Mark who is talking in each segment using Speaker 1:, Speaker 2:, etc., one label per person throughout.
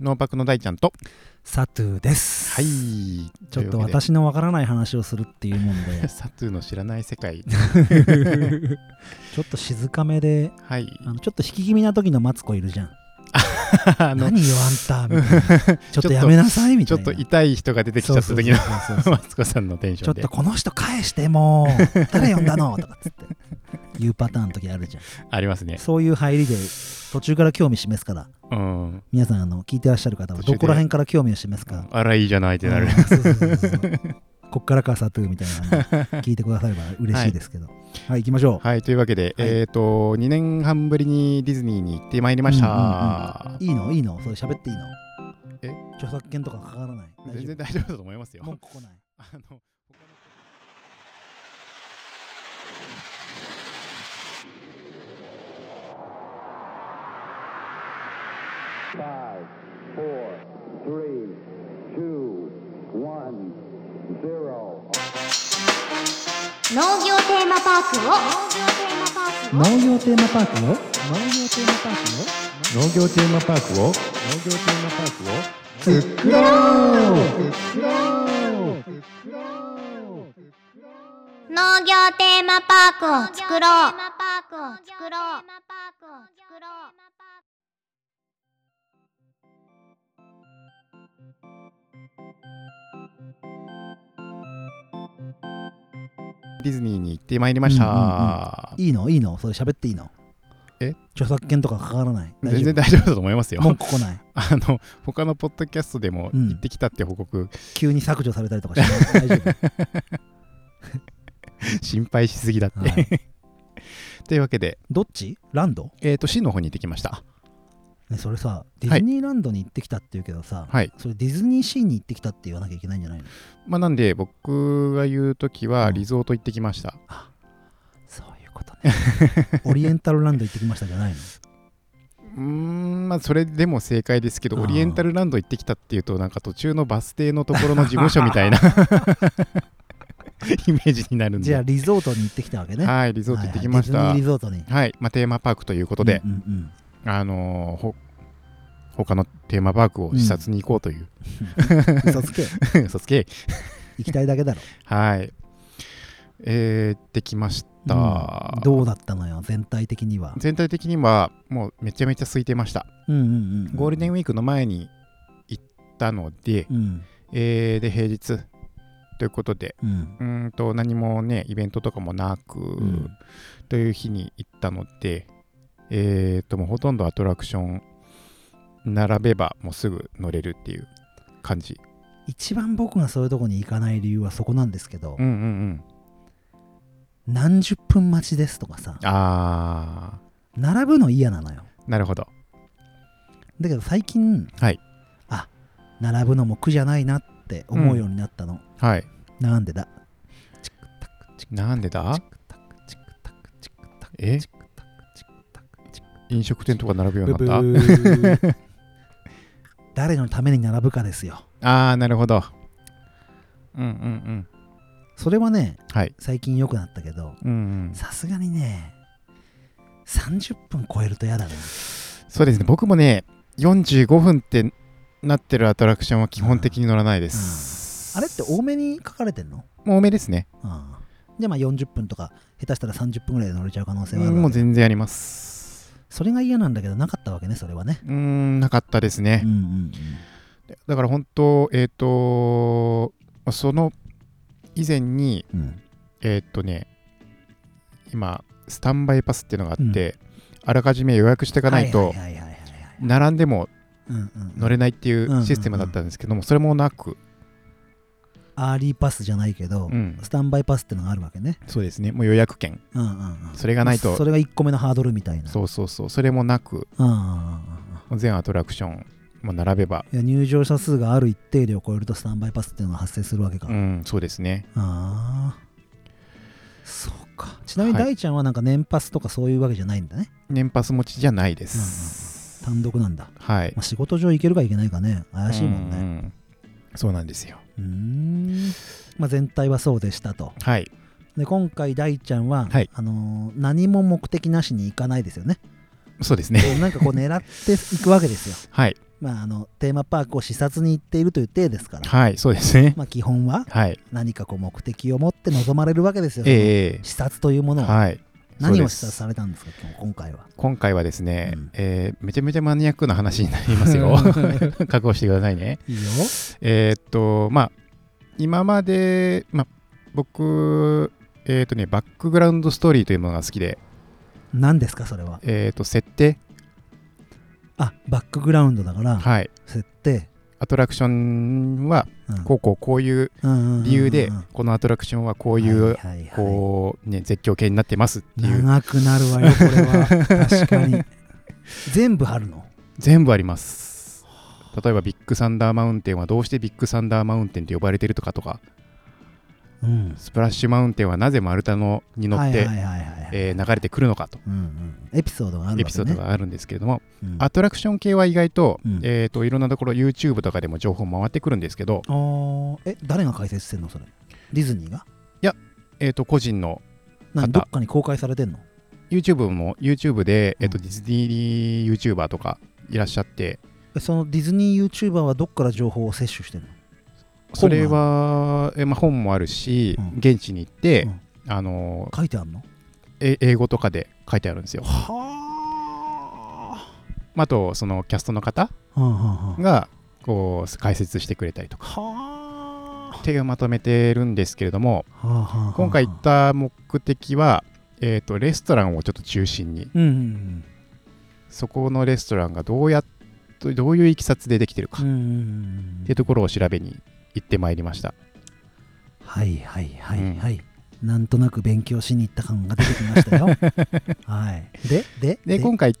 Speaker 1: ノーパクの大ちゃんと
Speaker 2: サトゥーです。
Speaker 1: はい
Speaker 2: ちょっ
Speaker 1: い
Speaker 2: と
Speaker 1: うわ
Speaker 2: 私のわからない話をするっていうもん
Speaker 1: けでサトゥーの知らない世 界
Speaker 2: で、ちょっと静かめで、
Speaker 1: はい
Speaker 2: あのちょっと引き気味な時のマツコいるじゃん。
Speaker 1: あの
Speaker 2: 何よあんたみたいな。ちょっとやめなさい み
Speaker 1: ち
Speaker 2: た
Speaker 1: ょ
Speaker 2: い
Speaker 1: っと
Speaker 2: な。
Speaker 1: 痛い人が出てきちゃった時の
Speaker 2: そうそうそうそう
Speaker 1: マツコさんのテンシ
Speaker 2: ち
Speaker 1: ョン
Speaker 2: ょっ
Speaker 1: で
Speaker 2: とこの人返してもう誰呼んだのとかっつって言うパターンの時ある じゃん
Speaker 1: ありますね
Speaker 2: そういう入りで途中から興味示すから
Speaker 1: うん
Speaker 2: 皆さんあの聞いてらっしゃる方は
Speaker 1: 途中
Speaker 2: ど
Speaker 1: で
Speaker 2: こら辺から興味を示すか
Speaker 1: あらいいじゃないってなる
Speaker 2: うんそうそうそうそうこっからかサトゥーみたいな感じで聞いてくだされば嬉しいですけどはい、行きましょう、
Speaker 1: はいというわけで
Speaker 2: はい
Speaker 1: えっと2年半ぶりにディズニーに行ってまいりまし
Speaker 2: うんうん
Speaker 1: た
Speaker 2: うんいいのいいのそれ喋っていいの
Speaker 1: え
Speaker 2: 著作権とかかからない
Speaker 1: 全
Speaker 2: 大丈
Speaker 1: 然大丈夫だと思います
Speaker 2: 夫文
Speaker 1: よ
Speaker 2: 句来ない
Speaker 1: あの
Speaker 3: 農業テーマパークを
Speaker 2: 農業テーマパークよ農業テーマパークよ
Speaker 1: 農業テーマパークを農業テーマパークを
Speaker 3: 農業テーマパークを作ろう作ろう
Speaker 1: ディズニーに行ってまいりました、
Speaker 2: いいのいいのそれ喋っていいの
Speaker 1: え
Speaker 2: 著作権とかかからない
Speaker 1: 全然大丈夫だと思いますよ
Speaker 2: 文句来ない
Speaker 1: あの他のポッドキャストでも
Speaker 2: うん
Speaker 1: 行ってきたって報告、
Speaker 2: 急に削除されたりとかしない大丈
Speaker 1: 心配しすぎだって、
Speaker 2: 夫、はい、
Speaker 1: というわけで、
Speaker 2: どっちランド
Speaker 1: えー、と C の方に行ってきました
Speaker 2: ねそれさディズニーランドに行ってきたって言うけどさ、
Speaker 1: はい
Speaker 2: それディズニーシーに行ってきたって言わなきゃいけないんじゃないの
Speaker 1: まあなんで僕が言うときは
Speaker 2: うん
Speaker 1: リゾート行ってきました、
Speaker 2: そういうこと ねオリエンタルランド行ってきましたじゃないの
Speaker 1: うーんまあそれでも正解ですけど
Speaker 2: あー
Speaker 1: オリエンタルランド行ってきたっていうとなんか途中のバス停のところの事務所みたいな イメージになるんで
Speaker 2: じゃあリゾートに行ってきたわけね
Speaker 1: はいリゾート行ってきました、
Speaker 2: はい
Speaker 1: は
Speaker 2: はいいディズニーリゾートに
Speaker 1: まあ、テーマパークということで、
Speaker 2: うんうんうん
Speaker 1: あのーほ他のテーマパークを視察に行こうという、
Speaker 2: 嘘つ け
Speaker 1: 嘘つけ
Speaker 2: 行きたいだけだろ、
Speaker 1: はいえー、できました、
Speaker 2: うんどうだったのよ全体的には
Speaker 1: 全体的にはもうめちゃめちゃ空いてました
Speaker 2: うんうんうん
Speaker 1: ゴールデンウ
Speaker 2: ィー
Speaker 1: ィークの前に行ったので、
Speaker 2: クうん
Speaker 1: えーで平日ということで
Speaker 2: うん
Speaker 1: うーんと何もねイベントとかもなく、
Speaker 2: うん
Speaker 1: という日に行ったのでえー、ともうほとんどアトラクション並べばもうすぐ乗れるっていう感じ
Speaker 2: 一番僕がそういうとこに行かない理由はそこなんですけど、
Speaker 1: うんうん
Speaker 2: 何十分待ちですとかさ
Speaker 1: うんあ
Speaker 2: 並ぶの嫌なのよ
Speaker 1: ーなるほど
Speaker 2: だけど最近、
Speaker 1: はい
Speaker 2: あ並ぶのも苦じゃないなって思うようになったの、
Speaker 1: はい
Speaker 2: なんでだチクタクチク
Speaker 1: なんでだ
Speaker 2: チクタクチクタクチクタク
Speaker 1: え
Speaker 2: チクタクチクタクチク
Speaker 1: 飲食店とか並ぶよう
Speaker 2: ブ
Speaker 1: に
Speaker 2: ブ
Speaker 1: なった
Speaker 2: ー 誰のために並ぶかですよ
Speaker 1: あーなるほどうんうんうん
Speaker 2: それはね
Speaker 1: はい
Speaker 2: 最近良くなったけど
Speaker 1: うん、うん、
Speaker 2: さすがにね30分超えると嫌だね
Speaker 1: そうですね、僕もね、45分ってなってるアトラクションは基本的に乗らないです。
Speaker 2: あれって多めに書かれてんの
Speaker 1: もう多めですね。
Speaker 2: ああじゃあまあ40分とか下手したら30分ぐらいで乗れちゃう可能性はある
Speaker 1: も
Speaker 2: わ
Speaker 1: う
Speaker 2: け
Speaker 1: 全然あります。
Speaker 2: それが嫌なんだけどなかったわけねそれはね
Speaker 1: うーん、なかったです
Speaker 2: う
Speaker 1: ね
Speaker 2: ん。うんうん
Speaker 1: だから本当、えっ、とまあその以前に、
Speaker 2: うん
Speaker 1: えっ、とね、今、スタンバイパスっていうのがあって、あらかじめ予約していかないと、
Speaker 2: はいはいはいはいはい
Speaker 1: 並んでも
Speaker 2: うんうんうん
Speaker 1: 乗れないってい
Speaker 2: んうんう
Speaker 1: うんシステムだったんですけども、それもなく、
Speaker 2: アーリーパスじゃないけ
Speaker 1: う
Speaker 2: ど、
Speaker 1: ん
Speaker 2: スタンバイパスってのがあるわけね
Speaker 1: そうですね、もう予約券、
Speaker 2: うんうんうん
Speaker 1: それがないと
Speaker 2: それが1個目のハードルみたいな
Speaker 1: そうそうそう、それもなく、
Speaker 2: うんうんうんうん
Speaker 1: もう全アトラクションも並べば、
Speaker 2: いや入場者数がある一定量を超えるとスタンバイパスっていうのが発生するわけか、
Speaker 1: うん、そうですね。
Speaker 2: ああそうかちなみに
Speaker 1: はい
Speaker 2: 大ちゃんはなんか年パスとかそういうわけじゃないんだね、
Speaker 1: 年パス持ちじゃないです。
Speaker 2: 単独なんだ、
Speaker 1: はい
Speaker 2: ま。あ、仕事上行けるか行けないかね怪しいもん
Speaker 1: う
Speaker 2: ね
Speaker 1: んそうなんですよ。
Speaker 2: うーんまあ、全体はそうでしたと
Speaker 1: はい。
Speaker 2: で今回大ちゃんは、
Speaker 1: はい
Speaker 2: あのー何も目的なしに行かないですよね
Speaker 1: そうですね。
Speaker 2: こうなんかこう狙っていくわけですよ
Speaker 1: はい。
Speaker 2: まあ、あのテーマパークを視察に行っているという体ですから、
Speaker 1: はい、そうですね。
Speaker 2: まあ、基本は
Speaker 1: はい。
Speaker 2: 何かこう目的を持って臨まれるわけですよ、
Speaker 1: ええ
Speaker 2: 視察というものを、
Speaker 1: はい。
Speaker 2: 何
Speaker 1: そう
Speaker 2: を
Speaker 1: で
Speaker 2: 視
Speaker 1: す
Speaker 2: 察されたんですか今日今回は
Speaker 1: 今回はですね、
Speaker 2: うん
Speaker 1: えーめちゃめちゃマニアックな話になります よ。覚悟してくださいね。
Speaker 2: いいよ
Speaker 1: えーっと、まあ、今まで、まあ、僕、えーっとね、バックグラウンドストーリーというものが好きで、
Speaker 2: 何ですかそれは
Speaker 1: えーっと、設定、
Speaker 2: あバックグラウンドだから、
Speaker 1: はい。
Speaker 2: 設定、
Speaker 1: アトラクションは、
Speaker 2: うん
Speaker 1: こうこうこういう
Speaker 2: うんうんうんうん
Speaker 1: 理由で、このアトラクションはこういう、
Speaker 2: はいはいはい
Speaker 1: こう、ね、絶叫系になってますっていう、
Speaker 2: 長くなるわよこれ は確かに全部貼るの
Speaker 1: 全部あります。例えば、ビッグサンダーマウンテンはどうしてビッグサンダーマウンテンと呼ばれてるとかとか、
Speaker 2: うん
Speaker 1: スプラッシュマウンテンはなぜ丸太のに乗って
Speaker 2: はいはいはいはいはい
Speaker 1: えー流れてくるのかと
Speaker 2: うんうんエピソードがあるわけ、ね、
Speaker 1: エピソードがあるんですけれども、
Speaker 2: うん
Speaker 1: アトラクション系は意外と,、
Speaker 2: うん
Speaker 1: えー、といろんなところ YouTube とかでも情報回ってくるんですけど、
Speaker 2: あーえ誰が解説してんのそれディズニーが
Speaker 1: えー、と個人の
Speaker 2: 何
Speaker 1: 方
Speaker 2: どっかに公開されてんの
Speaker 1: YouTube も YouTube で、えー、と
Speaker 2: うん
Speaker 1: ディズニー YouTuber とかいらっしゃって
Speaker 2: えそのディズニー YouTuber はどっから情報を摂取してんの
Speaker 1: それはえーまあ、本もあるし、
Speaker 2: うん
Speaker 1: 現地に行って、
Speaker 2: うん
Speaker 1: あのー
Speaker 2: 書いてあるの
Speaker 1: え英語とかで書いてあるんですよ。
Speaker 2: は
Speaker 1: まああとそのキャストの方
Speaker 2: あは
Speaker 1: がこう解説してくれたりとか
Speaker 2: あ
Speaker 1: 手がまとめてるんですけれども、
Speaker 2: はあ
Speaker 1: 今回行った目的は、えー、とレストランをちょっと中心に
Speaker 2: うんうん
Speaker 1: そこのレストランがどうやっとどういういきさつでできてるか
Speaker 2: うんう
Speaker 1: っ
Speaker 2: んうん
Speaker 1: ていうところを調べに行ってまいりました、
Speaker 2: はいはいはいはい、なんとなく勉強しに行った感が出てきま したよはいでで
Speaker 1: で今回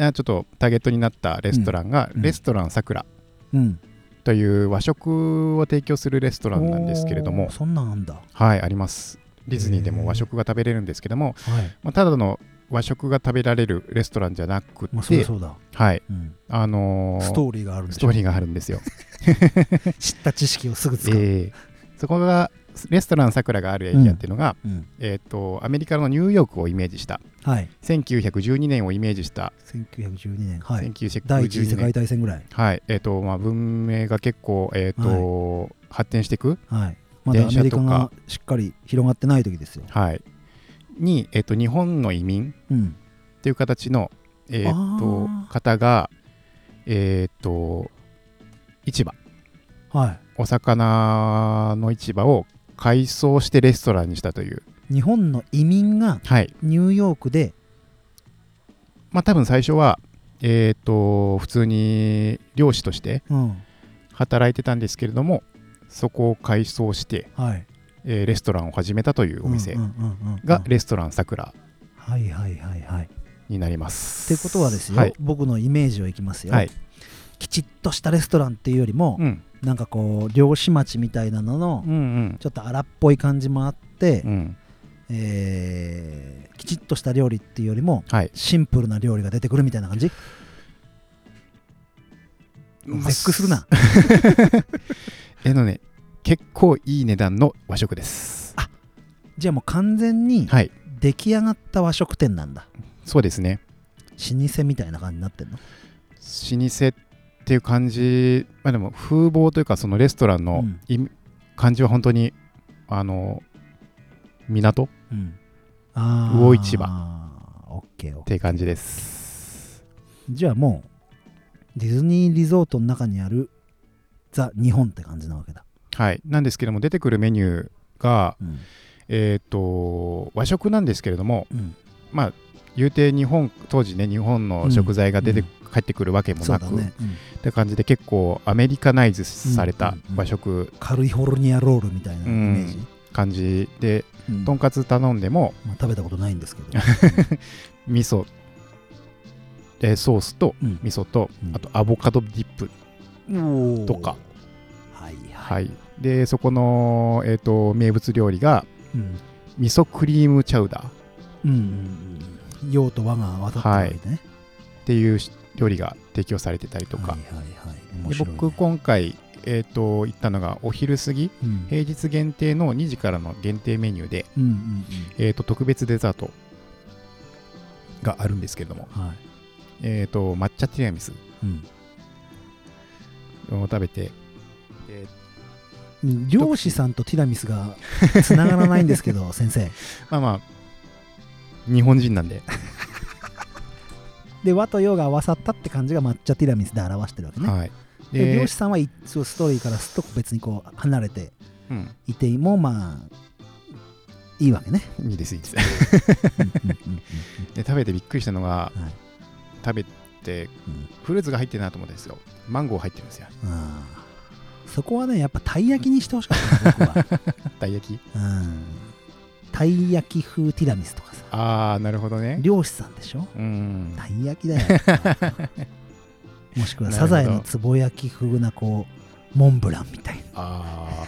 Speaker 1: あちょっとターゲットになったレストランが、
Speaker 2: うん
Speaker 1: レストランさくら
Speaker 2: うん
Speaker 1: という和食を提供するレストランなんですけれど
Speaker 2: おー
Speaker 1: も
Speaker 2: そんなんあんだは
Speaker 1: はいありますディズニーでも和食が食べれるんですけども、
Speaker 2: い
Speaker 1: まあ、ただの和食が食べられるレストランじゃなくて、
Speaker 2: まあそりゃそうだ、
Speaker 1: はい
Speaker 2: うん、
Speaker 1: あの
Speaker 2: ストーリーがあるんで
Speaker 1: ス
Speaker 2: し
Speaker 1: ト
Speaker 2: ょ
Speaker 1: ーリーがあるんですよ
Speaker 2: 知った知識をすぐ使う、
Speaker 1: ええそこがレストランさくらがあるエリアっていうのが、
Speaker 2: うん、
Speaker 1: えー、とアメリカのニューヨークをイメージした
Speaker 2: はい
Speaker 1: 1912年をイメージした、
Speaker 2: 1912年はい第一次世
Speaker 1: 1912
Speaker 2: 界
Speaker 1: 年
Speaker 2: 大戦ぐらい
Speaker 1: はいえーとまあ、文明が結構、えーと発展していく、
Speaker 2: はいまだアメリカ
Speaker 1: 電車
Speaker 2: が
Speaker 1: と
Speaker 2: しっかり広がってない時ですよ、
Speaker 1: はい、に、えー、と日本の移民
Speaker 2: うん、
Speaker 1: っていう形の、えー、と
Speaker 2: あー
Speaker 1: 方が、えー、と市場
Speaker 2: は
Speaker 1: お魚の市場を改装してレストランにしたという、
Speaker 2: い日本の移民が
Speaker 1: はい、
Speaker 2: ニューヨークで
Speaker 1: まあ多分最初は、えー、と普通に漁師として
Speaker 2: うん
Speaker 1: 働いてたんですけれどもそこを改装して、
Speaker 2: はい
Speaker 1: えーレストランを始めたというお店
Speaker 2: うんうんうんうんうん
Speaker 1: がレストランさくら
Speaker 2: はいはいはいはい
Speaker 1: になります。
Speaker 2: ってことはですよ、
Speaker 1: はい
Speaker 2: 僕のイメージをいきますよ、
Speaker 1: はい
Speaker 2: きちっとしたレストランっていうよりも、
Speaker 1: うん
Speaker 2: なんかこう漁師町みたいなのの、
Speaker 1: うん
Speaker 2: ちょっと荒っぽい感じもあって、
Speaker 1: うんうん
Speaker 2: えーきちっとした料理っていうよりも
Speaker 1: はい、
Speaker 2: シンプルな料理が出てくるみたいな感じ絶句するな。
Speaker 1: えのね結構いい値段の和食です。
Speaker 2: じゃあもう完全に
Speaker 1: はい
Speaker 2: 出来上がった和食店なんだ
Speaker 1: そうですね
Speaker 2: 老舗みたいな感じになってんの
Speaker 1: 老舗っていう感じ、まあ、でも風貌というかそのレストランの
Speaker 2: うん
Speaker 1: い感じは本当にあの港
Speaker 2: うんああ
Speaker 1: 魚市場
Speaker 2: オッケーオッ
Speaker 1: っ
Speaker 2: ケー
Speaker 1: て感じです。
Speaker 2: じゃあもうディズニーリゾートの中にあるザ日本って感じなわけだ、
Speaker 1: はい、なんですけども出てくるメニューが、
Speaker 2: うん
Speaker 1: えー、と和食なんですけれども
Speaker 2: うん
Speaker 1: まあ言うて日本当時ね日本の食材が出て、
Speaker 2: うん
Speaker 1: 帰ってくるわけも
Speaker 2: そう
Speaker 1: な
Speaker 2: だ
Speaker 1: く、
Speaker 2: ね、うん
Speaker 1: って感じで結構アメリカナイズされ
Speaker 2: う
Speaker 1: た
Speaker 2: んうんうん
Speaker 1: 和食
Speaker 2: カリフォルニアロールみたいなイメージ、
Speaker 1: 感じで、
Speaker 2: うん
Speaker 1: とんかつ頼んでも
Speaker 2: まあ、食べたことないんですけど、
Speaker 1: 味噌えーソースと
Speaker 2: うん
Speaker 1: 味噌と、
Speaker 2: うん
Speaker 1: あとアボカドディップ
Speaker 2: うん
Speaker 1: とか、
Speaker 2: はいはい、
Speaker 1: はい、でそこの、えー、と名物料理が
Speaker 2: うん
Speaker 1: 味噌クリームチャウダーっ
Speaker 2: うんうんうん用と和が渡ってるわけね、
Speaker 1: ていう料理が提供されてたりとか
Speaker 2: はい、はいはい面
Speaker 1: で
Speaker 2: 白いね
Speaker 1: 僕今回、えー、と行ったのがお昼過ぎ
Speaker 2: うん
Speaker 1: 平日限定の2時からの限定メニューで、
Speaker 2: うんうん
Speaker 1: えー、と特別デザートがあるんですけれども、
Speaker 2: うんはい
Speaker 1: えー、と抹茶ティラミス
Speaker 2: うん
Speaker 1: 分を食べて、で
Speaker 2: うん漁師さんとティラミスがつながらないんですけど先生
Speaker 1: まあまあ、日本人なんで、
Speaker 2: で和と洋が合わさったって感じが抹茶ティラミスで表してるわけね、
Speaker 1: はい。
Speaker 2: で
Speaker 1: で
Speaker 2: 漁師、さんはいそうストーリーからすっと別にこう離れて
Speaker 1: うん、
Speaker 2: いてもまあいいわけね、
Speaker 1: いいです、いいです。
Speaker 2: うんうんうん
Speaker 1: で、食べてびっくりしたのが、
Speaker 2: はい
Speaker 1: 食べて、
Speaker 2: うん
Speaker 1: フルーツが入ってるなと思ったんですよ。マンゴー入ってるん ですよ。
Speaker 2: うんあーそこはねやっぱたい焼きにしてほしかったな 僕は、
Speaker 1: たい焼き。
Speaker 2: うん、たい焼き風ティラミスとかさ
Speaker 1: あー、なるほどね。
Speaker 2: 漁師さんでしょ
Speaker 1: うん。
Speaker 2: たい焼きだ よもしくはサザエのつぼ焼き風なこうモンブランみたいな
Speaker 1: あ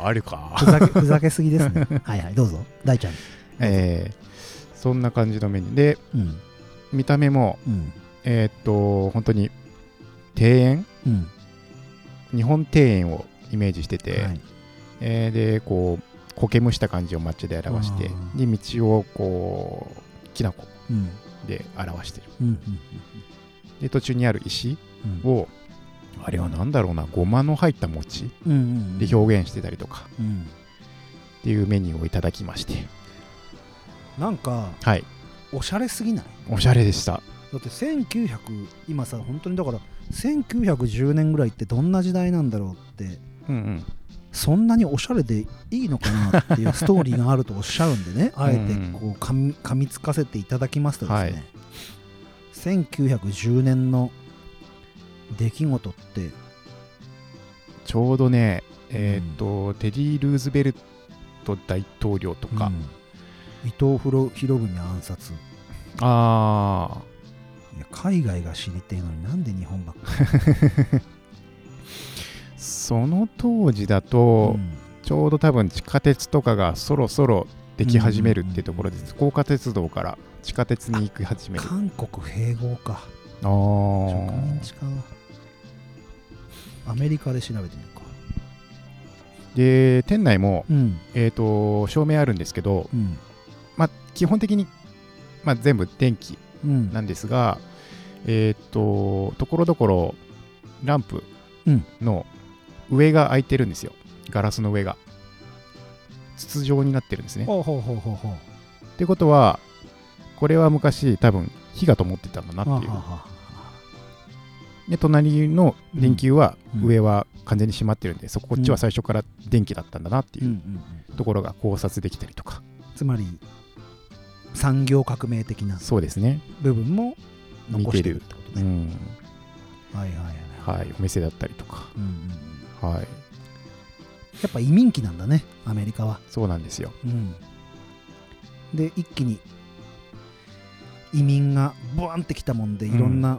Speaker 1: ー、あるか。
Speaker 2: ふざけふざけすぎです ねはいはいどうぞ大ちゃん
Speaker 1: えーそんな感じのメニューで
Speaker 2: うん
Speaker 1: 見た目も
Speaker 2: うん
Speaker 1: えーっと本当に庭園
Speaker 2: うん
Speaker 1: 日本庭園をイメージしてて、
Speaker 2: はい
Speaker 1: えーでこう苔むした感じを抹茶で表して
Speaker 2: あ
Speaker 1: で道をこうきな粉
Speaker 2: うん
Speaker 1: で表してる
Speaker 2: うんうん
Speaker 1: で途中にある石
Speaker 2: うん
Speaker 1: をあれは何だろうなごまの入った餅
Speaker 2: うんうん
Speaker 1: で表現してたりとか
Speaker 2: うん
Speaker 1: っていうメニューをいただきまして
Speaker 2: なんか
Speaker 1: はい
Speaker 2: おしゃれすぎない
Speaker 1: おしゃれでした
Speaker 2: だって1900今さ本当にだから1910年ぐらいってどんな時代なんだろうって
Speaker 1: うんうん
Speaker 2: そんなにおしゃれでいいのかなっていうストーリーがあるとおっしゃるんで ねあえてこう噛み噛みつかせていただきますとです
Speaker 1: は
Speaker 2: ね、
Speaker 1: い
Speaker 2: 1910年の出来事って
Speaker 1: ちょうどねえーっと、テリー・ルーズベルト大統領とか、
Speaker 2: うん伊藤博博文暗殺い
Speaker 1: ああ
Speaker 2: や海外が知りてえのになんで日本ばっか
Speaker 1: その当時だ
Speaker 2: り、
Speaker 1: と、
Speaker 2: うん
Speaker 1: ちょうど多分地下鉄とかがそろそろでき始めるっていうところで
Speaker 2: うんうん
Speaker 1: す、高架鉄道から地下鉄に行き始めるあ
Speaker 2: 韓国併合
Speaker 1: あ
Speaker 2: か植民
Speaker 1: ー
Speaker 2: 地かアメリカで調べてみるか
Speaker 1: で店内も、
Speaker 2: うん
Speaker 1: えー、と照明あるんですけど、
Speaker 2: うん
Speaker 1: まあ、基本的に、まあ、全部電気
Speaker 2: うん
Speaker 1: なんですがえっ、とところどころランプの上が開いてるんですよガラスの上が筒状になってるんですね
Speaker 2: ほうほうほうほうほう
Speaker 1: ってことはこれは昔多分火が灯ってたんだなっていう
Speaker 2: あははは
Speaker 1: で隣の電球は
Speaker 2: うん
Speaker 1: 上は完全に閉まってるんで、そここっちは最初から電気だったんだなって
Speaker 2: う
Speaker 1: い
Speaker 2: んう
Speaker 1: うんところが考察できたりとか、
Speaker 2: うん、つまり産業革命的な
Speaker 1: そうですね、
Speaker 2: 部分も残してるってこと
Speaker 1: う
Speaker 2: ね、
Speaker 1: ん
Speaker 2: はいはいはい、
Speaker 1: はい、お店だったりとか、
Speaker 2: うんうんうん、
Speaker 1: はい、
Speaker 2: やっぱ移民期なんだねアメリカは、
Speaker 1: そうなんですよ。
Speaker 2: うん、で一気に移民がブワンってきたもんでいろんな、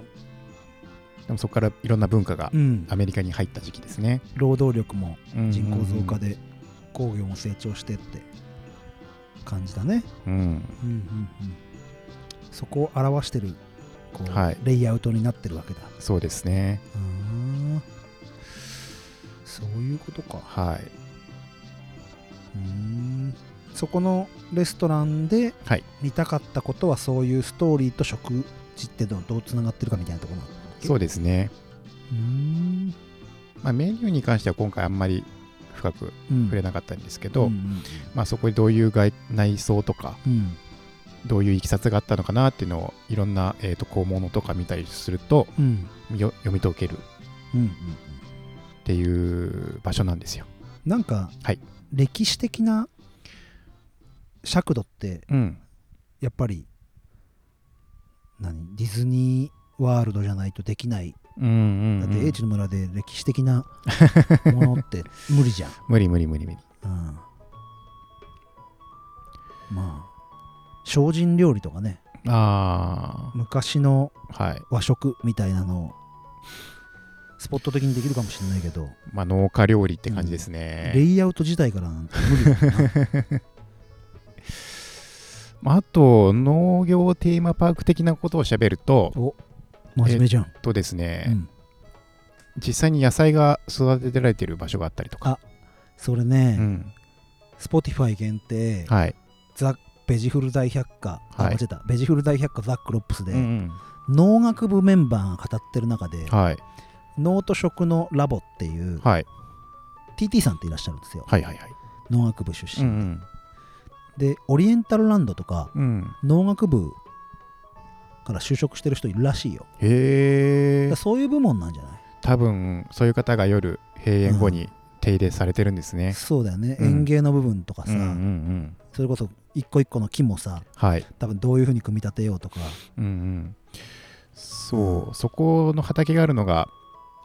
Speaker 1: でもそこからいろんな文化が
Speaker 2: うん
Speaker 1: アメリカに入った時期ですね。
Speaker 2: 労働力も
Speaker 1: うん
Speaker 2: 人口増加、で工業も成長してって感じだね、
Speaker 1: うん、
Speaker 2: うんうんうん、そこを表してるこう、
Speaker 1: はい
Speaker 2: レイアウトになってるわけだ
Speaker 1: そうですね。
Speaker 2: うーんそういうことか
Speaker 1: はい、
Speaker 2: うーんそこのレストランで
Speaker 1: はい
Speaker 2: 見たかったことはそういうストーリーと食事ってどうどうつながってるかみたいなところなの
Speaker 1: そうですね。
Speaker 2: うーん
Speaker 1: まあ、メニューに関しては今回あんまり深く
Speaker 2: うん
Speaker 1: 触れなかったんですけど、
Speaker 2: うん
Speaker 1: まあ、そこにどういう外内装とか
Speaker 2: うんうん
Speaker 1: どういういきさつがあったのかなっていうのをいろんな、えー、とこう物とか見たりすると
Speaker 2: うん
Speaker 1: よ読み解けるっ
Speaker 2: うんうん
Speaker 1: ていう場所なんですよ。
Speaker 2: なんか、
Speaker 1: はい
Speaker 2: 歴史的な尺度って
Speaker 1: うん、
Speaker 2: やっぱり何ディズニーワールドじゃないとできない
Speaker 1: うんうん
Speaker 2: だ
Speaker 1: う
Speaker 2: っ
Speaker 1: ん
Speaker 2: て英知の村で歴史的 なものって無理じゃん
Speaker 1: 無理無理無理無理。
Speaker 2: うんまあ精進料理とかね
Speaker 1: あ
Speaker 2: 昔の
Speaker 1: あはい。
Speaker 2: 和食みたいなのをスポット的にできるかもしれないけど、
Speaker 1: まあ農家料理って感じですね。
Speaker 2: レイアウト自体からなんて無理だよな
Speaker 1: まあ、あと農業テーマパーク的なことをしゃべると
Speaker 2: お真面目じゃん、
Speaker 1: とです
Speaker 2: う
Speaker 1: ね、
Speaker 2: ん、
Speaker 1: 実際に野菜が育てられてる場所があったりとか。
Speaker 2: それね、
Speaker 1: うん、
Speaker 2: Spotify 限定、
Speaker 1: はい。
Speaker 2: ザ・ベジフル大百科、あ
Speaker 1: はい
Speaker 2: 間違えたベジフル大百科ザ・クロップスで、
Speaker 1: うん
Speaker 2: 農学部メンバーが語ってる中で、
Speaker 1: うんはい。
Speaker 2: 脳と食のラボっていう、
Speaker 1: はい。
Speaker 2: TT さんっていらっしゃるんですよ、
Speaker 1: はいはいはい。
Speaker 2: 農学部出
Speaker 1: う
Speaker 2: 身、
Speaker 1: ん
Speaker 2: でオリエンタルランドとか
Speaker 1: うん。うん。
Speaker 2: 農学部から就職してる人いるらしいよ、
Speaker 1: へえ
Speaker 2: だから。そういう部門なんじゃない
Speaker 1: 多分、そういう方が夜、閉園後に手入れされてるんですね。
Speaker 2: そうだよね、
Speaker 1: うん
Speaker 2: 園芸の部分とかさ、
Speaker 1: うんうんうん。
Speaker 2: それこそ一個一個の木もさ
Speaker 1: はい。
Speaker 2: 多分どういうふうに組み立てようとか
Speaker 1: うんうん。そう、そこの畑があるのが、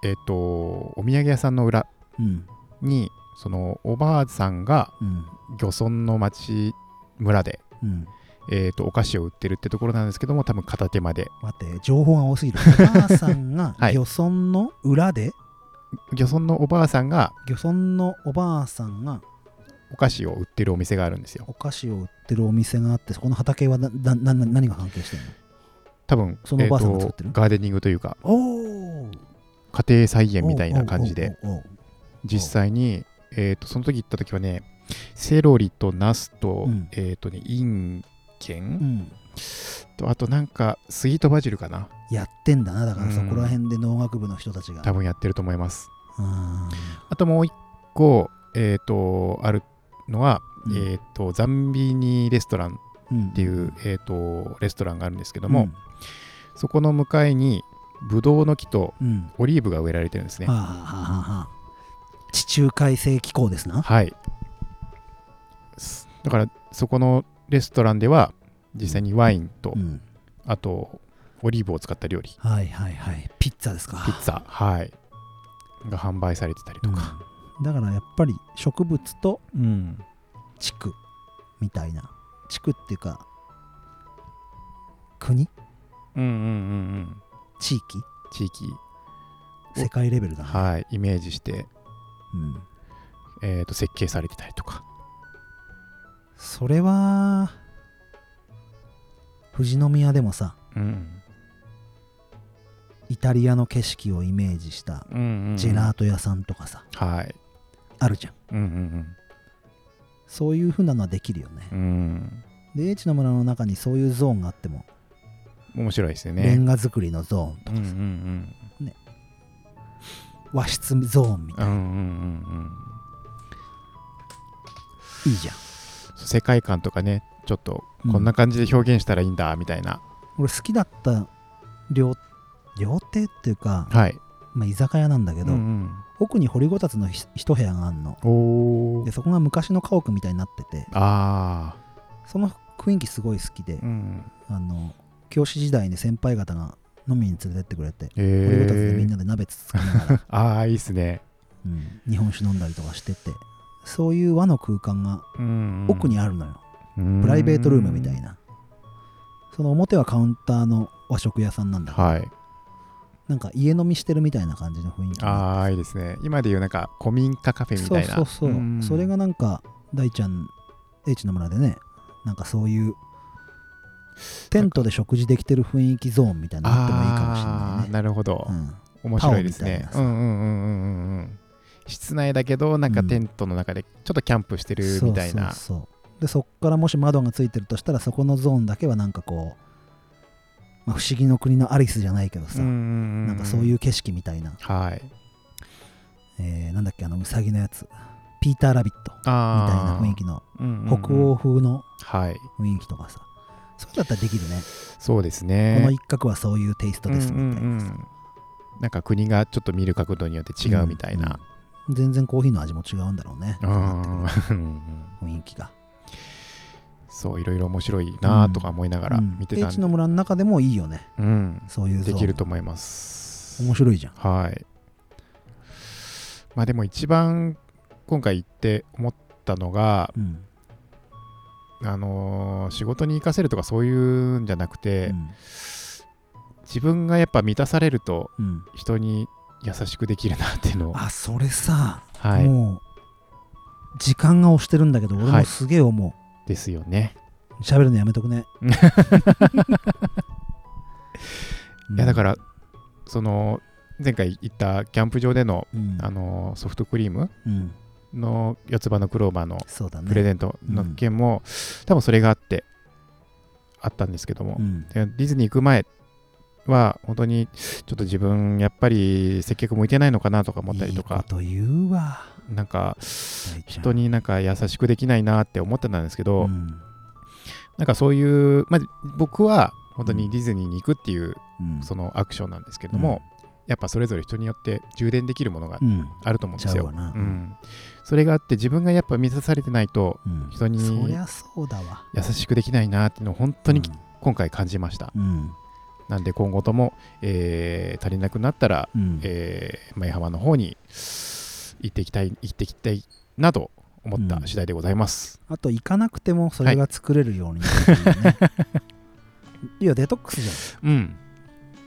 Speaker 1: えっと、お土産屋さんの裏
Speaker 2: うん
Speaker 1: に、そのおばあさんが
Speaker 2: うん
Speaker 1: 漁村の町村で、
Speaker 2: うん
Speaker 1: えっとお菓子を売ってるってところなんですけども多分片手間で
Speaker 2: 待って情報が多すぎるおばあさんが
Speaker 1: はい
Speaker 2: 漁村の裏で、
Speaker 1: 漁村のおばあさんが
Speaker 2: 漁村のおばあさんが
Speaker 1: お菓子を売ってるお店があるんですよ
Speaker 2: お菓子を売ってるお店があってそこの畑はななな何が関係してるの
Speaker 1: 多分
Speaker 2: そのおばあさんが
Speaker 1: えーと
Speaker 2: 作ってる
Speaker 1: ガーデニングというか
Speaker 2: おお
Speaker 1: 家庭菜園みたいな感じで
Speaker 2: おうおうおう
Speaker 1: 実際に、えー、とその時行った時はねセロリとナスと,、
Speaker 2: うん
Speaker 1: えーとね、インゲ
Speaker 2: おうう
Speaker 1: ン、
Speaker 2: ん
Speaker 1: とあとなんかスイートバジルかな
Speaker 2: やってんだなだからそ
Speaker 1: うん
Speaker 2: こら辺で農学部の人たちが
Speaker 1: 多分やってると思います
Speaker 2: あ
Speaker 1: あともう一個、えー、とあるのは、
Speaker 2: うん
Speaker 1: えー、とザンビーニレストランっ
Speaker 2: って
Speaker 1: いう、えー、とレストランがあるんですけども、そこの向かいにブドウの木と
Speaker 2: うん、うん
Speaker 1: オリーブが植えられてるんですね
Speaker 2: はあはあはあはあ地中海性気候ですな
Speaker 1: はい。すだから、そこのレストランでは、実際にワインと、
Speaker 2: うん
Speaker 1: あと、オリーブを使った料理、
Speaker 2: はいはいはいピッツァですか
Speaker 1: ピッツァ、はい。が販売されてたりとか。
Speaker 2: うんだからやっぱり植物と
Speaker 1: うん。
Speaker 2: 地区みたいな地区っていうか国
Speaker 1: うんうんうんうん。
Speaker 2: 地域
Speaker 1: 地域、お
Speaker 2: 世界レベルだな、
Speaker 1: はい、イメージして、
Speaker 2: うん、
Speaker 1: えー、と設計されてたりとか。
Speaker 2: それは富士宮でもさ
Speaker 1: うん。
Speaker 2: イタリアの景色をイメージした
Speaker 1: うんうんうん
Speaker 2: ジェラート屋さんとかさ、
Speaker 1: はい。
Speaker 2: あるじゃ
Speaker 1: う
Speaker 2: ん
Speaker 1: んうん
Speaker 2: そういう風なのはできるよね
Speaker 1: うん。う、ん。
Speaker 2: で H の村の中にそういうゾーンがあっても、
Speaker 1: 面白いですよ
Speaker 2: レ
Speaker 1: ね
Speaker 2: ン。ガ作りのゾーン
Speaker 1: うんうんうん。
Speaker 2: 和室ゾーンみた
Speaker 1: う
Speaker 2: い
Speaker 1: んうんう
Speaker 2: な、
Speaker 1: んうん。
Speaker 2: いいじゃん
Speaker 1: 世界観とかね、ちょっとこんな感じで表現したらいいんだみたいな、
Speaker 2: 俺好きだった料料亭っていうか、
Speaker 1: はい、
Speaker 2: まあ、居酒屋なんだけど、
Speaker 1: うん
Speaker 2: 奥に掘りごたつのひ一部屋があるの
Speaker 1: うん、お
Speaker 2: で
Speaker 1: ー
Speaker 2: そこが昔の家屋みたいになってて
Speaker 1: あ
Speaker 2: その雰囲気すごい好きで、
Speaker 1: ー、うん、
Speaker 2: あの教師時代に先輩方が飲みに連れてってくれて
Speaker 1: え
Speaker 2: 掘りごたつでみん
Speaker 1: ー、
Speaker 2: なで鍋つつきながら、
Speaker 1: あーいいっすね、
Speaker 2: うん日本酒飲んだりとかしててそういう和の空間が
Speaker 1: うん
Speaker 2: 奥にあるのよ、
Speaker 1: プ
Speaker 2: プライベートルームみたいなその表はカウンターの和食屋さんなんだけど
Speaker 1: はい
Speaker 2: なんか家飲みしてるみたいな感じの雰囲気が
Speaker 1: あーいいですね今でいうなんか古民家カフェみ
Speaker 2: そ
Speaker 1: た
Speaker 2: う
Speaker 1: いな
Speaker 2: そうそう、
Speaker 1: ん
Speaker 2: それがなんか大ちゃん H の村でねなんかそういうテントで食事できてる雰囲気ゾーンみたいなのあってもいいかもしれ
Speaker 1: あー
Speaker 2: ないね
Speaker 1: なるほど、
Speaker 2: うん
Speaker 1: 面白いですねう
Speaker 2: タオ
Speaker 1: ん
Speaker 2: み
Speaker 1: うんうんうんうんうん室内だけどなんか
Speaker 2: うん
Speaker 1: テントの中でちょっとキャンプしてるみたいな
Speaker 2: そうそうそうでそっからもし窓がついてるとしたらそこのゾーンだけはなんかこう、まあ、不思議の国のアリスじゃないけどさ、な
Speaker 1: なん
Speaker 2: かそういうう景色みたいな、
Speaker 1: はい
Speaker 2: えーなんだっけあのウサギのやつピーター・ラビットみたい
Speaker 1: あ
Speaker 2: な
Speaker 1: ー
Speaker 2: 雰囲気の
Speaker 1: うんうんうん
Speaker 2: 北欧風の
Speaker 1: はい
Speaker 2: 雰囲気とかさ、そうだったらできるね、
Speaker 1: そうですね
Speaker 2: この一角はそういうテイストですみたいなさ、
Speaker 1: うんうんうんなんか国がちょっと見る角度によって違うみたいな、
Speaker 2: うん全然コーヒーの味も違うんだろうね
Speaker 1: う
Speaker 2: そ
Speaker 1: ん
Speaker 2: うなってく
Speaker 1: う
Speaker 2: る
Speaker 1: ん
Speaker 2: 雰囲気が
Speaker 1: そういろいろ面白いなとか思いながら
Speaker 2: うん
Speaker 1: 見てたん
Speaker 2: H
Speaker 1: で、
Speaker 2: の村の中でもいいよね
Speaker 1: うん
Speaker 2: そういうゾー
Speaker 1: で
Speaker 2: ン
Speaker 1: きると思います
Speaker 2: 面白いじゃん
Speaker 1: はいまあでも一番今回行って思ったのが、
Speaker 2: うん
Speaker 1: あのー仕事に生かせるとかそういうんじゃなくて、
Speaker 2: うん
Speaker 1: 自分がやっぱ満たされると
Speaker 2: うん
Speaker 1: 人に優しくできるなっていうのを
Speaker 2: あそれさ、
Speaker 1: はい
Speaker 2: もう時間が押してるんだけど俺
Speaker 1: は
Speaker 2: も
Speaker 1: い
Speaker 2: すげえ思う
Speaker 1: ですよね
Speaker 2: 喋、るのやめとくね、
Speaker 1: いやだかららその前回行ったキャンプ場での
Speaker 2: うん
Speaker 1: あのソフトクリーム
Speaker 2: うん
Speaker 1: の四つ葉のクローバーの
Speaker 2: そうだね
Speaker 1: プレゼントの件も、多分それがあってあったんですけども、
Speaker 2: うん
Speaker 1: でディズニー行く前は本当にちょっと自分やっぱり接客向いてないのかなとか思ったりと
Speaker 2: いい
Speaker 1: か
Speaker 2: こと言うわ
Speaker 1: なんか
Speaker 2: 大ちゃん
Speaker 1: 人になんか優しくできないなって思ってたんですけど、
Speaker 2: うん
Speaker 1: なんかそういう、まあ、僕は本当にディズニーに行くっていう
Speaker 2: うん
Speaker 1: そのアクションなんですけれども、やっぱそれぞれ人によって充電できるものが
Speaker 2: うん
Speaker 1: あると思うん
Speaker 2: ち
Speaker 1: で
Speaker 2: ゃ
Speaker 1: す
Speaker 2: う
Speaker 1: よ
Speaker 2: わ。
Speaker 1: う、
Speaker 2: な
Speaker 1: ん、それがあって自分がやっぱ満たされてないと
Speaker 2: うん
Speaker 1: 人に
Speaker 2: そりゃそうだわ
Speaker 1: 優しくできないなっていうのを本当に今回感じました。
Speaker 2: うん
Speaker 1: なんで今後とも、えー足りなくなったら、
Speaker 2: うん
Speaker 1: えー、舞浜の方に行っていきたい行ってきたいなと思った次第でございます。
Speaker 2: あと行かなくてもそれが作れるようになるっていうね いやデトックスじゃん
Speaker 1: うん、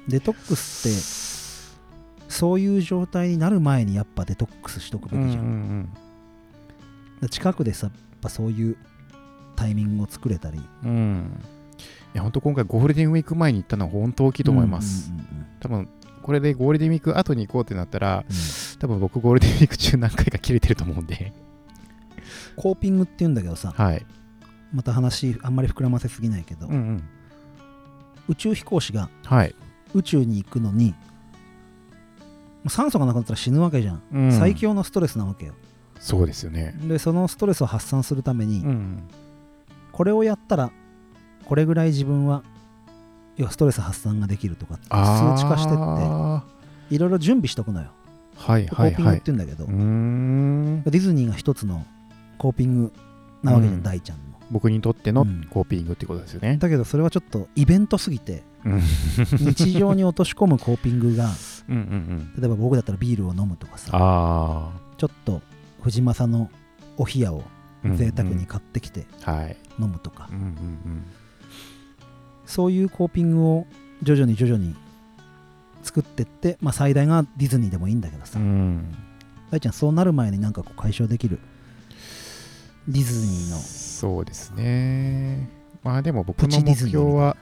Speaker 2: デトックスってそういう状態になる前にやっぱデトックスしとくべ
Speaker 1: うんう
Speaker 2: き
Speaker 1: ん
Speaker 2: じゃん、だ近くでさやっぱそういうタイミングを作れたり
Speaker 1: うんうんいや本当今回ゴールデンウィーク前に行ったのは本当大きいと思います。
Speaker 2: うんうんうんうん
Speaker 1: 多分これでゴールデンウィーク後に行こうってなったら多分僕ゴールデンウィーク中何回か切れてると思うん で
Speaker 2: コーピングって言うんだけどさ
Speaker 1: はい、
Speaker 2: また話あんまり膨らませすぎないけど、
Speaker 1: うんうん、
Speaker 2: 宇宙飛行士が
Speaker 1: はい、
Speaker 2: 宇宙に行くのに酸素がなくなったら死ぬわけじゃん、
Speaker 1: うん
Speaker 2: 最強のストレスなわけよ
Speaker 1: そうですよね
Speaker 2: でそのストレスを発散するために、
Speaker 1: ん
Speaker 2: これをやったらこれぐらい自分は要はストレス発散ができるとかって
Speaker 1: あー
Speaker 2: 数値化してっ
Speaker 1: は
Speaker 2: ていろいろ準備しとくのよ
Speaker 1: い
Speaker 2: コ
Speaker 1: はい
Speaker 2: ーピング
Speaker 1: は
Speaker 2: っ
Speaker 1: い
Speaker 2: て言うんだけど、
Speaker 1: うーん
Speaker 2: ディズニーが一つのコーピングなわけじゃん、
Speaker 1: うん
Speaker 2: 大ちゃんの
Speaker 1: 僕にとっての
Speaker 2: うん
Speaker 1: コーピングってことですよね、
Speaker 2: だけどそれはちょっとイベントすぎて
Speaker 1: うん、うん
Speaker 2: 日常に落とし込むコーピングが
Speaker 1: うんうん
Speaker 2: 例えば僕だったらビールを飲むとかさ
Speaker 1: あ
Speaker 2: ちょっと藤正のお冷やを
Speaker 1: あ
Speaker 2: 贅沢に買ってきて
Speaker 1: はい
Speaker 2: 飲むとか、
Speaker 1: うんうん
Speaker 2: そういうコーピングを徐々に徐々に作ってって、まあ、最大がディズニーでもいいんだけど
Speaker 1: う
Speaker 2: さ、
Speaker 1: んうん
Speaker 2: 大ちゃんそうなる前になんかこう解消できるディズニーの
Speaker 1: そうですねまあでも僕
Speaker 2: プ
Speaker 1: の
Speaker 2: チディ
Speaker 1: 目
Speaker 2: ズニー
Speaker 1: 標は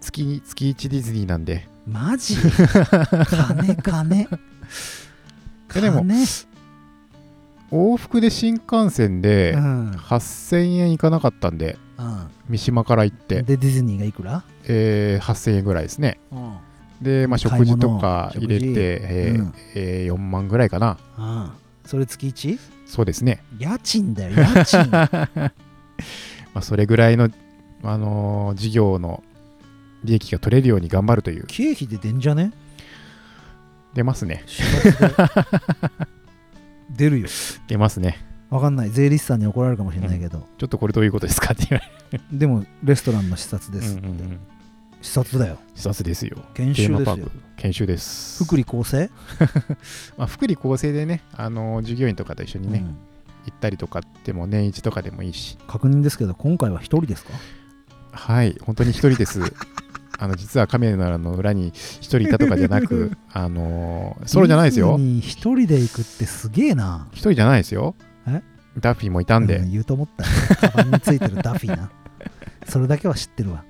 Speaker 1: 月に月1ディズニーなんで
Speaker 2: マジ 金金
Speaker 1: えでも
Speaker 2: 金
Speaker 1: 往復で新幹線で、
Speaker 2: うん
Speaker 1: 8000円いかなかったんで
Speaker 2: うん
Speaker 1: 三島から行って、
Speaker 2: でディズニーがいくら、
Speaker 1: えー8000円ぐらいですね
Speaker 2: うんうん
Speaker 1: で、まあ、
Speaker 2: 買
Speaker 1: 食
Speaker 2: い
Speaker 1: 事
Speaker 2: 物
Speaker 1: とか入れて、えー
Speaker 2: うん
Speaker 1: えー4万ぐらいかな
Speaker 2: それ月 1?
Speaker 1: そうですね、
Speaker 2: 家賃だよ家賃
Speaker 1: まあ、それぐらいの、あのー事業の利益が取れるように頑張るという
Speaker 2: 経費で出んじゃね
Speaker 1: 出ますね
Speaker 2: 始発で 出るよ
Speaker 1: 出ますね
Speaker 2: わかんない税理士さんに怒られるかもしれないけど、
Speaker 1: ちょっとこれどういうことですかって言われ
Speaker 2: でもレストランの視察で
Speaker 1: る、
Speaker 2: す
Speaker 1: う
Speaker 2: って、
Speaker 1: んうんうん
Speaker 2: 視察だよ
Speaker 1: 視察ですよ
Speaker 2: 研修
Speaker 1: テーマ
Speaker 2: で
Speaker 1: パ
Speaker 2: す
Speaker 1: ー
Speaker 2: よ
Speaker 1: ク研修です
Speaker 2: 福利厚生
Speaker 1: まあ、福利厚生でね、あのー従業員とかと一緒にね、
Speaker 2: うん
Speaker 1: 行ったりとかでも年一とかでもいいし
Speaker 2: 確認ですけど今回は一人ですか
Speaker 1: はい、本当に一人 です。あの実はカメラの裏に一人いたとかじゃな く、あのーソロじゃないですよ
Speaker 2: ディズ。ニー一人で行くってすげえな
Speaker 1: 一人じゃないですよ
Speaker 2: え。
Speaker 1: ダッフィーもいたんで、
Speaker 2: う言うと思ったよカバンについてるダフィ ーなそれだけは知ってるわ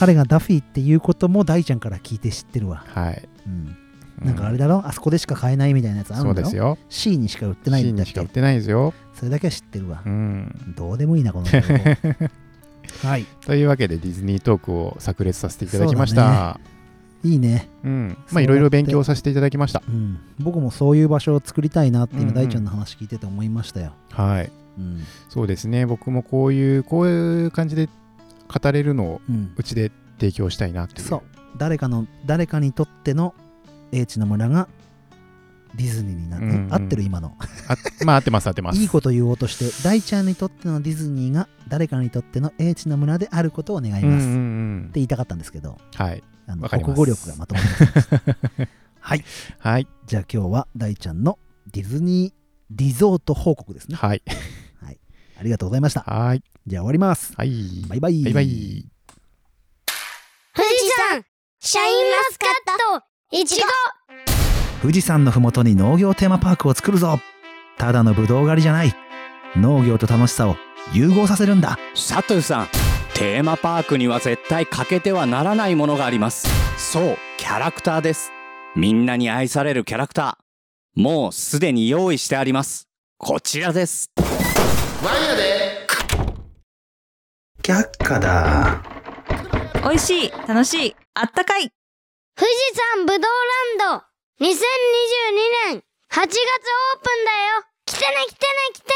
Speaker 2: 彼がダフィーっていうことも大ちゃんから聞いて知ってるわ、
Speaker 1: はい。
Speaker 2: うん、
Speaker 1: う
Speaker 2: なんかあれだろあそこでしか買えないみたいなやつある
Speaker 1: そ
Speaker 2: ん
Speaker 1: うで
Speaker 2: だろ
Speaker 1: すよ。
Speaker 2: C にしか売ってない
Speaker 1: C
Speaker 2: んだっ
Speaker 1: にしか売
Speaker 2: け
Speaker 1: ってないですよ。
Speaker 2: それだけは知ってるわ
Speaker 1: う、ん。
Speaker 2: どうでもいいなこの男 はい
Speaker 1: というわけでディズニートークを炸裂させていただきました。
Speaker 2: いいね、
Speaker 1: うん。
Speaker 2: そう
Speaker 1: ま
Speaker 2: だ
Speaker 1: あ
Speaker 2: って
Speaker 1: いろいろ勉強させていただきました。
Speaker 2: うん、僕もそういう場所を作りたいなって
Speaker 1: うんう
Speaker 2: 今
Speaker 1: ん
Speaker 2: 大ちゃんの話聞いてて思いましたよ、
Speaker 1: はい。
Speaker 2: うん
Speaker 1: そうですね。僕もこういうこういう感じで語れるのを
Speaker 2: うん
Speaker 1: うちで提供したいなっていう。
Speaker 2: そう誰かの誰かにとっての英知の村がディズニーになって、
Speaker 1: うんうん
Speaker 2: 合ってる今の
Speaker 1: あまあ合ってます合ってます。
Speaker 2: いいこと言おうとして大ちゃんにとってのディズニーが誰かにとっての英知の村であることを願い
Speaker 1: うんうん
Speaker 2: ます、
Speaker 1: う
Speaker 2: って
Speaker 1: ん。
Speaker 2: 言いたかったんですけど
Speaker 1: はい
Speaker 2: あの
Speaker 1: わかります
Speaker 2: 国語力がまとまりませんでした はい
Speaker 1: はい
Speaker 2: じゃあ今日は大ちゃんのディズニーリゾート報告ですね
Speaker 1: はい
Speaker 2: ありがとうございました
Speaker 1: はい
Speaker 2: じゃあ終わります
Speaker 1: はい。
Speaker 2: バイバイ
Speaker 1: バイバイ。
Speaker 3: 富士山シャインマスカットいちご
Speaker 2: 富士山のふもとに農業テーマパークを作るぞただのぶどう狩りじゃない農業と楽しさを融合させるんだ
Speaker 4: サトゥさんテーマパークには絶対欠けてはならないものがありますそうキャラクターですみんなに愛されるキャラクターもうすでに用意してありますこちらです
Speaker 5: 美味しい楽しいあったかい
Speaker 3: 富士山ぶどうランド2022年8月オープンだよ来てね来てね来てね